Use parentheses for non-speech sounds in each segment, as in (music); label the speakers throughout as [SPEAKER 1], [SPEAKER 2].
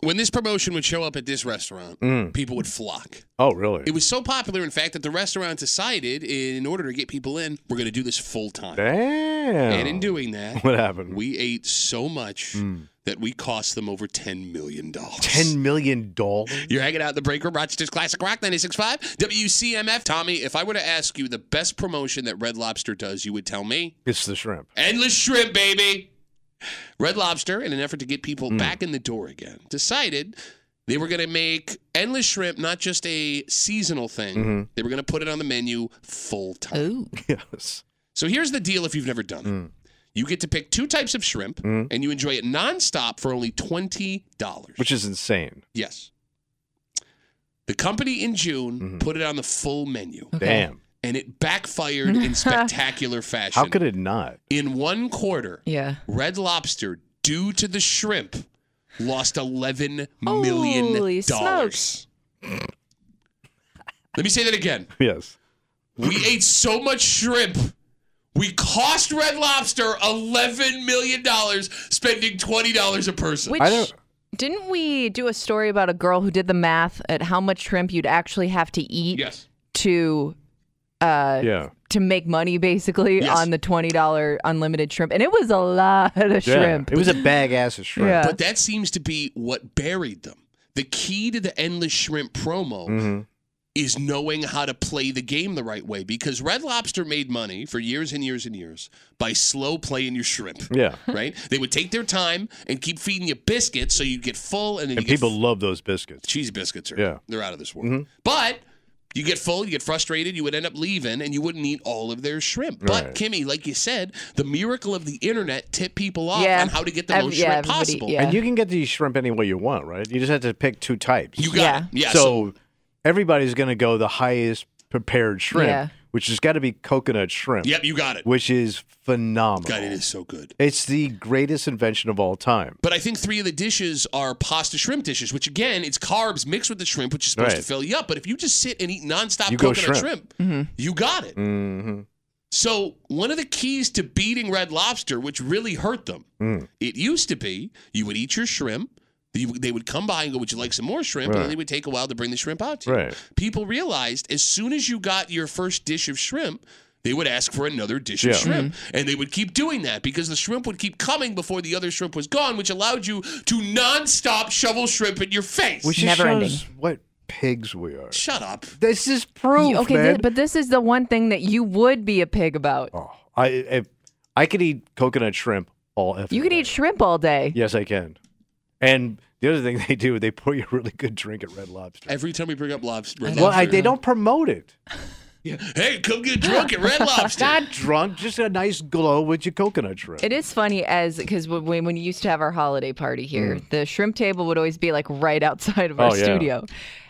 [SPEAKER 1] when this promotion would show up at this restaurant,
[SPEAKER 2] Mm.
[SPEAKER 1] people would flock.
[SPEAKER 2] Oh, really?
[SPEAKER 1] It was so popular, in fact, that the restaurant decided, in order to get people in, we're going to do this full time.
[SPEAKER 2] Damn.
[SPEAKER 1] And in doing that,
[SPEAKER 2] (laughs) What happened?
[SPEAKER 1] We ate so much that we cost them over ten million dollars.
[SPEAKER 2] ten million dollars.
[SPEAKER 1] (laughs) You're hanging out in the break room, Rochester's Classic Rock 96.5, WCMF. Tommy, if I were to ask you the best promotion that Red Lobster does, you would tell me
[SPEAKER 2] It's the shrimp.
[SPEAKER 1] Endless shrimp, baby. Red Lobster, in an effort to get people
[SPEAKER 2] Mm.
[SPEAKER 1] back in the door again, decided they were going to make endless shrimp not just a seasonal thing.
[SPEAKER 2] Mm-hmm.
[SPEAKER 1] They were going to put it on the menu full time.
[SPEAKER 2] (laughs) Yes.
[SPEAKER 1] So here's the deal if you've never done it.
[SPEAKER 2] Mm.
[SPEAKER 1] You get to pick two types of shrimp and you enjoy it nonstop for only $20.
[SPEAKER 2] Which is insane.
[SPEAKER 1] yes. The company in June
[SPEAKER 2] Mm-hmm.
[SPEAKER 1] put it on the full menu
[SPEAKER 2] Damn.
[SPEAKER 1] and it backfired in spectacular fashion.
[SPEAKER 2] How could it not?
[SPEAKER 1] in one quarter,
[SPEAKER 3] Yeah.
[SPEAKER 1] Red Lobster, due to the shrimp, lost eleven million
[SPEAKER 3] Holy
[SPEAKER 1] dollars.
[SPEAKER 3] smokes.
[SPEAKER 1] Let me say that again.
[SPEAKER 2] Yes.
[SPEAKER 3] (clears throat)
[SPEAKER 1] We ate so much shrimp. We cost Red Lobster eleven million dollars, spending twenty dollars a person.
[SPEAKER 3] Which
[SPEAKER 2] I don't-
[SPEAKER 3] didn't we do a story about a girl who did the math at how much shrimp you'd actually have to eat
[SPEAKER 1] yes,
[SPEAKER 3] to uh
[SPEAKER 2] Yeah.
[SPEAKER 3] to make money basically
[SPEAKER 1] Yes.
[SPEAKER 3] on the twenty dollar unlimited shrimp. And it was a lot of shrimp.
[SPEAKER 2] Yeah. It was a bag ass of shrimp.
[SPEAKER 3] Yeah.
[SPEAKER 1] but that seems to be what buried them. The key to the endless shrimp promo
[SPEAKER 2] Mm-hmm.
[SPEAKER 1] is knowing how to play the game the right way because Red Lobster made money for years and years and years by slow playing your shrimp.
[SPEAKER 2] Yeah.
[SPEAKER 1] right? They would take their time and keep feeding you biscuits so you'd get full and then
[SPEAKER 2] And
[SPEAKER 1] you
[SPEAKER 2] people
[SPEAKER 1] get f-
[SPEAKER 2] love those biscuits.
[SPEAKER 1] cheese biscuits are
[SPEAKER 2] Yeah. Mm-hmm.
[SPEAKER 1] they're out of this world. But you get full, you get frustrated, you would end up leaving and you wouldn't eat all of their shrimp. But
[SPEAKER 2] Right.
[SPEAKER 1] Kimmy, like you said, the miracle of the internet tipped people off
[SPEAKER 3] Yeah.
[SPEAKER 1] on how to get the
[SPEAKER 3] Ev-
[SPEAKER 1] most
[SPEAKER 3] yeah,
[SPEAKER 1] shrimp
[SPEAKER 3] everybody-
[SPEAKER 1] possible.
[SPEAKER 3] yeah.
[SPEAKER 2] And you can get these shrimp any way you want, right? You just have to pick two types.
[SPEAKER 1] You got
[SPEAKER 3] Yeah.
[SPEAKER 1] it. Yeah.
[SPEAKER 2] so, everybody's going to go the highest prepared shrimp,
[SPEAKER 3] Yeah.
[SPEAKER 2] which has got to be coconut shrimp,
[SPEAKER 1] yep, you got it.
[SPEAKER 2] which is phenomenal.
[SPEAKER 1] God, it is so good.
[SPEAKER 2] It's the greatest invention of all time.
[SPEAKER 1] But I think three of the dishes are pasta shrimp dishes, which again, it's carbs mixed with the shrimp, which is supposed to
[SPEAKER 2] Right.
[SPEAKER 1] fill you up. But if you just sit and eat nonstop
[SPEAKER 2] You go
[SPEAKER 1] coconut shrimp,
[SPEAKER 2] shrimp.
[SPEAKER 1] you got it.
[SPEAKER 2] Mm-hmm.
[SPEAKER 1] So one of the keys to beating Red Lobster, which really hurt them,
[SPEAKER 2] Mm.
[SPEAKER 1] it used to be you would eat your shrimp. You, they would come by and go, "Would you like some more shrimp?" And
[SPEAKER 2] Right.
[SPEAKER 1] then they would take a while to bring the shrimp out to you.
[SPEAKER 2] Right.
[SPEAKER 1] People realized as soon as you got your first dish of shrimp, they would ask for another dish of
[SPEAKER 2] Yeah.
[SPEAKER 1] shrimp,
[SPEAKER 2] Mm-hmm.
[SPEAKER 1] and they would keep doing that because the shrimp would keep coming before the other shrimp was gone, which allowed you to nonstop shovel shrimp in your face.
[SPEAKER 2] Which
[SPEAKER 3] Never
[SPEAKER 2] just
[SPEAKER 3] ending.
[SPEAKER 2] shows what pigs we are.
[SPEAKER 1] Shut up.
[SPEAKER 2] This is proof,
[SPEAKER 3] okay,
[SPEAKER 2] man.
[SPEAKER 3] th- but this is the one thing that you would be a pig about.
[SPEAKER 2] oh, I if, I could eat coconut shrimp all effing
[SPEAKER 3] You could
[SPEAKER 2] day.
[SPEAKER 3] eat shrimp all day.
[SPEAKER 2] Yes, I can. And the other thing (laughs) they do, they pour you a really good drink at Red Lobster.
[SPEAKER 1] Every time we bring up lobster, Red
[SPEAKER 2] well, I,
[SPEAKER 1] Lobster-
[SPEAKER 2] they don't promote it.
[SPEAKER 1] Hey, come get drunk at
[SPEAKER 2] (laughs)
[SPEAKER 1] Red Lobster.
[SPEAKER 2] Not drunk, just a nice glow with your coconut shrimp.
[SPEAKER 3] It is funny as because when when we used to have our holiday party here, the shrimp table would always be like right outside of our
[SPEAKER 2] Mm. Oh, yeah.
[SPEAKER 3] studio,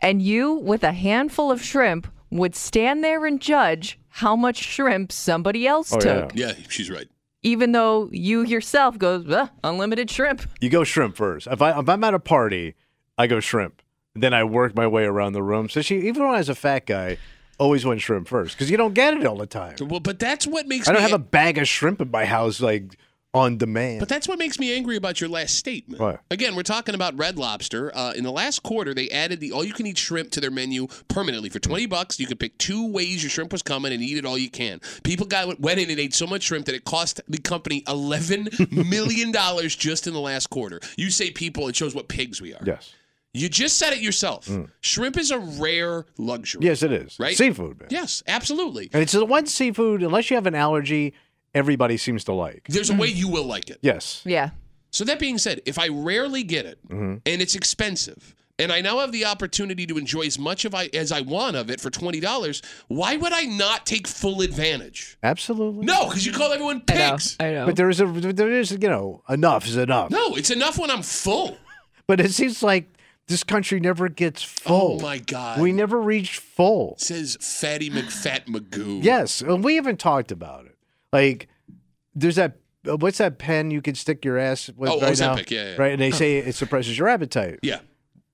[SPEAKER 3] and you with a handful of shrimp would stand there and judge how much shrimp somebody else
[SPEAKER 2] Oh, yeah.
[SPEAKER 3] took,
[SPEAKER 1] Yeah, she's right.
[SPEAKER 3] even though you yourself goes "Ugh, unlimited shrimp.
[SPEAKER 2] You go shrimp first. If I if I'm at a party, I go shrimp. Then I work my way around the room. So she, even when I was a fat guy, always went shrimp first because you don't get it all the time.
[SPEAKER 1] Well, but that's what makes
[SPEAKER 2] I don't
[SPEAKER 1] me
[SPEAKER 2] have a bag of shrimp in my house like on demand.
[SPEAKER 1] But that's what makes me angry about your last statement.
[SPEAKER 2] Right.
[SPEAKER 1] Again, we're talking about Red Lobster. Uh, in the last quarter, they added the all-you-can-eat shrimp to their menu permanently for twenty bucks. You could pick two ways your shrimp was coming and eat it all you can. People got went in and ate so much shrimp that it cost the company
[SPEAKER 2] (laughs)
[SPEAKER 1] eleven million dollars just in the last quarter. You say people, it shows what pigs we are.
[SPEAKER 2] yes,
[SPEAKER 1] You just said it yourself.
[SPEAKER 2] Mm.
[SPEAKER 1] Shrimp is a rare luxury.
[SPEAKER 2] yes, it is.
[SPEAKER 1] Right?
[SPEAKER 2] Seafood, man.
[SPEAKER 1] Yes, absolutely.
[SPEAKER 2] And it's the one seafood, unless you have an allergy, everybody seems to like.
[SPEAKER 1] There's a way you will like it.
[SPEAKER 2] Yes.
[SPEAKER 3] Yeah.
[SPEAKER 1] So that being said, if I rarely get it and it's expensive, and I now have the opportunity to enjoy as much of I as I want of it for twenty dollars, why would I not take full advantage?
[SPEAKER 2] Absolutely.
[SPEAKER 1] No, because you call everyone
[SPEAKER 3] I know.
[SPEAKER 1] pigs.
[SPEAKER 3] I know.
[SPEAKER 2] But there is a there is you know enough is enough.
[SPEAKER 1] No, it's enough when I'm full.
[SPEAKER 2] But it seems like this country never gets full.
[SPEAKER 1] Oh my god!
[SPEAKER 2] We never reach full.
[SPEAKER 1] says Fatty McFat Magoo.
[SPEAKER 2] Yes, and we haven't talked about it. Like there's that uh, what's that pen you can stick your ass with
[SPEAKER 1] Oh,
[SPEAKER 2] right
[SPEAKER 1] Ozempic,
[SPEAKER 2] now?
[SPEAKER 1] yeah, yeah.
[SPEAKER 2] Right, and they say it suppresses your appetite.
[SPEAKER 1] Yeah.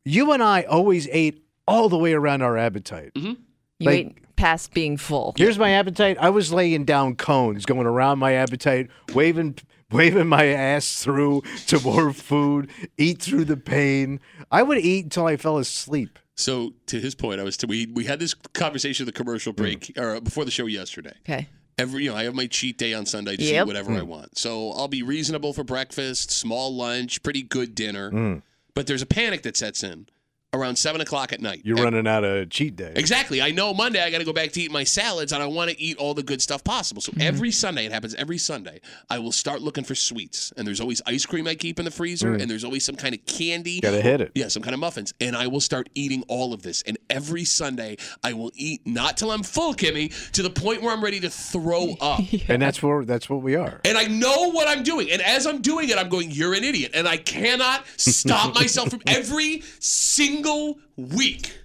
[SPEAKER 2] You and I always ate all the way around our appetite.
[SPEAKER 3] you
[SPEAKER 2] like-
[SPEAKER 3] ain't past being full.
[SPEAKER 2] Here's my appetite. I was laying down cones, going around my appetite, waving waving my ass through to more food, eat through the pain. I would eat until I fell asleep.
[SPEAKER 1] So to his point, I was t- we we had this conversation at the commercial break or before the show yesterday.
[SPEAKER 3] Okay.
[SPEAKER 1] every you know i have my cheat day on sunday to eat
[SPEAKER 3] Yep.
[SPEAKER 1] whatever
[SPEAKER 2] Hmm.
[SPEAKER 1] i want so i'll be reasonable for breakfast small lunch pretty good dinner
[SPEAKER 2] Hmm.
[SPEAKER 1] but there's a panic that sets in around seven o'clock at night
[SPEAKER 2] You're running out of cheat day.
[SPEAKER 1] exactly i know monday i gotta go back to eat my salads and i want to eat all the good stuff possible
[SPEAKER 2] Hmm.
[SPEAKER 1] so every sunday it happens every sunday i will start looking for sweets and there's always ice cream i keep in the freezer and there's always some kind of candy
[SPEAKER 2] Hmm. Gotta hit it.
[SPEAKER 1] yeah, some kind of muffins. And I will start eating all of this. And every Sunday, I will eat, not till I'm full, Kimmy, to the point where I'm ready to throw up.
[SPEAKER 2] (laughs) And that's where that's what we are.
[SPEAKER 1] And I know what I'm doing. And as I'm doing it, I'm going, you're an idiot. And I cannot
[SPEAKER 3] (laughs)
[SPEAKER 1] stop myself from every single week.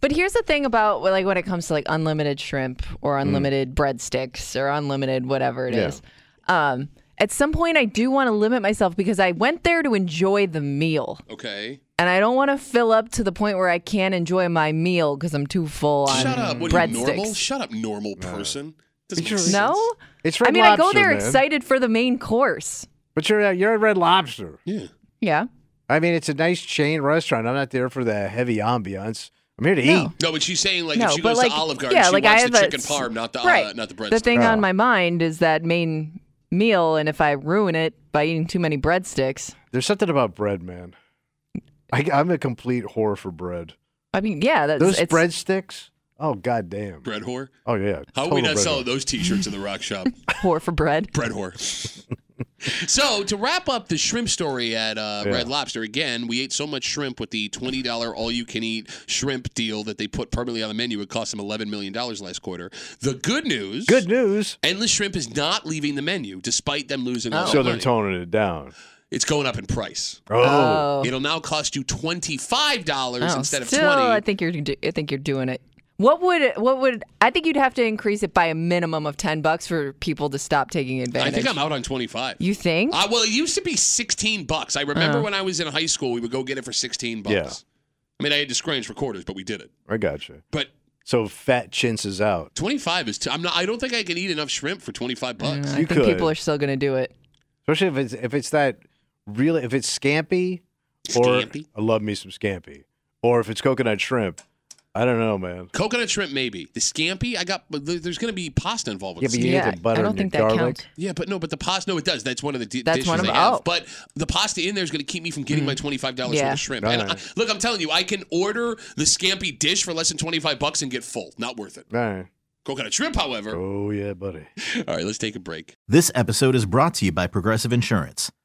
[SPEAKER 3] But here's the thing about like when it comes to like unlimited shrimp or unlimited breadsticks or unlimited whatever it is.
[SPEAKER 2] Mm. Yeah.
[SPEAKER 3] Um, at some point, I do want to limit myself because I went there to enjoy the meal,
[SPEAKER 1] Okay.
[SPEAKER 3] and I don't want to fill up to the point where I can't enjoy my meal because I'm too full on
[SPEAKER 1] Shut up. What are you, normal?
[SPEAKER 3] breadsticks.
[SPEAKER 1] Shut up, normal person. Doesn't
[SPEAKER 2] Sure.
[SPEAKER 1] make sense.
[SPEAKER 3] No,
[SPEAKER 2] It's
[SPEAKER 3] I
[SPEAKER 2] Red
[SPEAKER 3] mean I go
[SPEAKER 2] Lobster,
[SPEAKER 3] there
[SPEAKER 2] man.
[SPEAKER 3] excited for the main course.
[SPEAKER 2] But you're at, you're at Red Lobster.
[SPEAKER 1] Yeah.
[SPEAKER 3] Yeah,
[SPEAKER 2] I mean, it's a nice chain restaurant. I'm not there for the heavy ambiance. I'm here to
[SPEAKER 3] No.
[SPEAKER 2] eat.
[SPEAKER 1] No, but she's saying like
[SPEAKER 3] no,
[SPEAKER 1] if she
[SPEAKER 3] but
[SPEAKER 1] goes
[SPEAKER 3] like
[SPEAKER 1] to Olive Garden,
[SPEAKER 3] yeah,
[SPEAKER 1] she
[SPEAKER 3] like I
[SPEAKER 1] wants
[SPEAKER 3] have
[SPEAKER 1] the
[SPEAKER 3] a-
[SPEAKER 1] chicken parm, not the
[SPEAKER 3] right.
[SPEAKER 1] uh, not the bread.
[SPEAKER 3] The thing on
[SPEAKER 2] Oh.
[SPEAKER 3] my mind is that main meal, and if I ruin it by eating too many breadsticks.
[SPEAKER 2] There's something about bread, man. I, I'm a complete whore for bread.
[SPEAKER 3] I mean, yeah, that's
[SPEAKER 2] Those
[SPEAKER 3] it's,
[SPEAKER 2] breadsticks. Oh goddamn.
[SPEAKER 1] bread whore.
[SPEAKER 2] Oh yeah.
[SPEAKER 1] How are
[SPEAKER 2] Total
[SPEAKER 1] we not
[SPEAKER 2] bread
[SPEAKER 1] selling those T-shirts in the rock
[SPEAKER 3] (laughs)
[SPEAKER 1] shop?
[SPEAKER 3] poor for bread.
[SPEAKER 1] bread whore. so to wrap up the shrimp story at uh,
[SPEAKER 2] Yeah.
[SPEAKER 1] Red Lobster again, we ate so much shrimp with the twenty dollar all you can eat shrimp deal that they put permanently on the menu. It cost them eleven million dollars last quarter. The good news,
[SPEAKER 2] Good news.
[SPEAKER 1] endless shrimp is not leaving the menu despite them losing.
[SPEAKER 3] Oh.
[SPEAKER 1] all
[SPEAKER 2] so
[SPEAKER 1] the
[SPEAKER 2] they're
[SPEAKER 1] money.
[SPEAKER 2] toning it down.
[SPEAKER 1] it's going up in price.
[SPEAKER 2] Oh,
[SPEAKER 1] It'll now cost you twenty five dollars (laughs)
[SPEAKER 3] Oh,
[SPEAKER 1] instead of
[SPEAKER 3] still,
[SPEAKER 1] twenty.
[SPEAKER 3] I think you're do- I think you're doing it. What would what would I think you'd have to increase it by a minimum of ten bucks for people to stop taking
[SPEAKER 1] I
[SPEAKER 3] advantage.
[SPEAKER 1] think I'm out on twenty five.
[SPEAKER 3] You think?
[SPEAKER 1] Uh, well, it used to be 16 bucks. I
[SPEAKER 3] Uh.
[SPEAKER 1] remember when I was in high school, we would go get it for 16 bucks.
[SPEAKER 2] Yeah.
[SPEAKER 1] I mean, I had to scrounge for quarters, but we did it.
[SPEAKER 2] I gotcha.
[SPEAKER 1] But
[SPEAKER 2] So fat chintz is out.
[SPEAKER 1] 25 is t- I'm not I don't think I can eat enough shrimp for 25 bucks.
[SPEAKER 3] I
[SPEAKER 2] you
[SPEAKER 3] think
[SPEAKER 2] could.
[SPEAKER 3] people are still going to do it.
[SPEAKER 2] Especially if it's if it's that really if it's scampi or
[SPEAKER 1] Scampi?
[SPEAKER 2] I love me some scampi. Or if it's coconut shrimp. I don't know, man.
[SPEAKER 1] Coconut shrimp maybe. The scampi, I got but there- there's going to be pasta involved
[SPEAKER 2] Yeah,
[SPEAKER 1] with
[SPEAKER 2] but
[SPEAKER 1] yeah,
[SPEAKER 2] you
[SPEAKER 3] yeah,
[SPEAKER 2] need the butter
[SPEAKER 3] I don't
[SPEAKER 2] and
[SPEAKER 3] think
[SPEAKER 2] your
[SPEAKER 3] that
[SPEAKER 2] garlic.
[SPEAKER 3] counts.
[SPEAKER 1] yeah, but no, but the pasta no it does. That's one of the di-
[SPEAKER 3] That's
[SPEAKER 1] dishes
[SPEAKER 3] one of
[SPEAKER 1] they
[SPEAKER 3] them.
[SPEAKER 1] have.
[SPEAKER 3] Oh. Mm.
[SPEAKER 1] But the pasta in there is going to keep me from getting my $25 worth
[SPEAKER 3] Yeah.
[SPEAKER 1] of shrimp.
[SPEAKER 2] All
[SPEAKER 1] And
[SPEAKER 2] right.
[SPEAKER 1] I, look, I'm telling you, I can order the scampi dish for less than 25 bucks and get full. Not worth it.
[SPEAKER 2] All right.
[SPEAKER 1] Coconut shrimp, however.
[SPEAKER 2] Oh yeah, buddy.
[SPEAKER 1] All right, let's take a break.
[SPEAKER 4] This episode is brought to you by Progressive Insurance.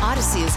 [SPEAKER 5] Odyssey is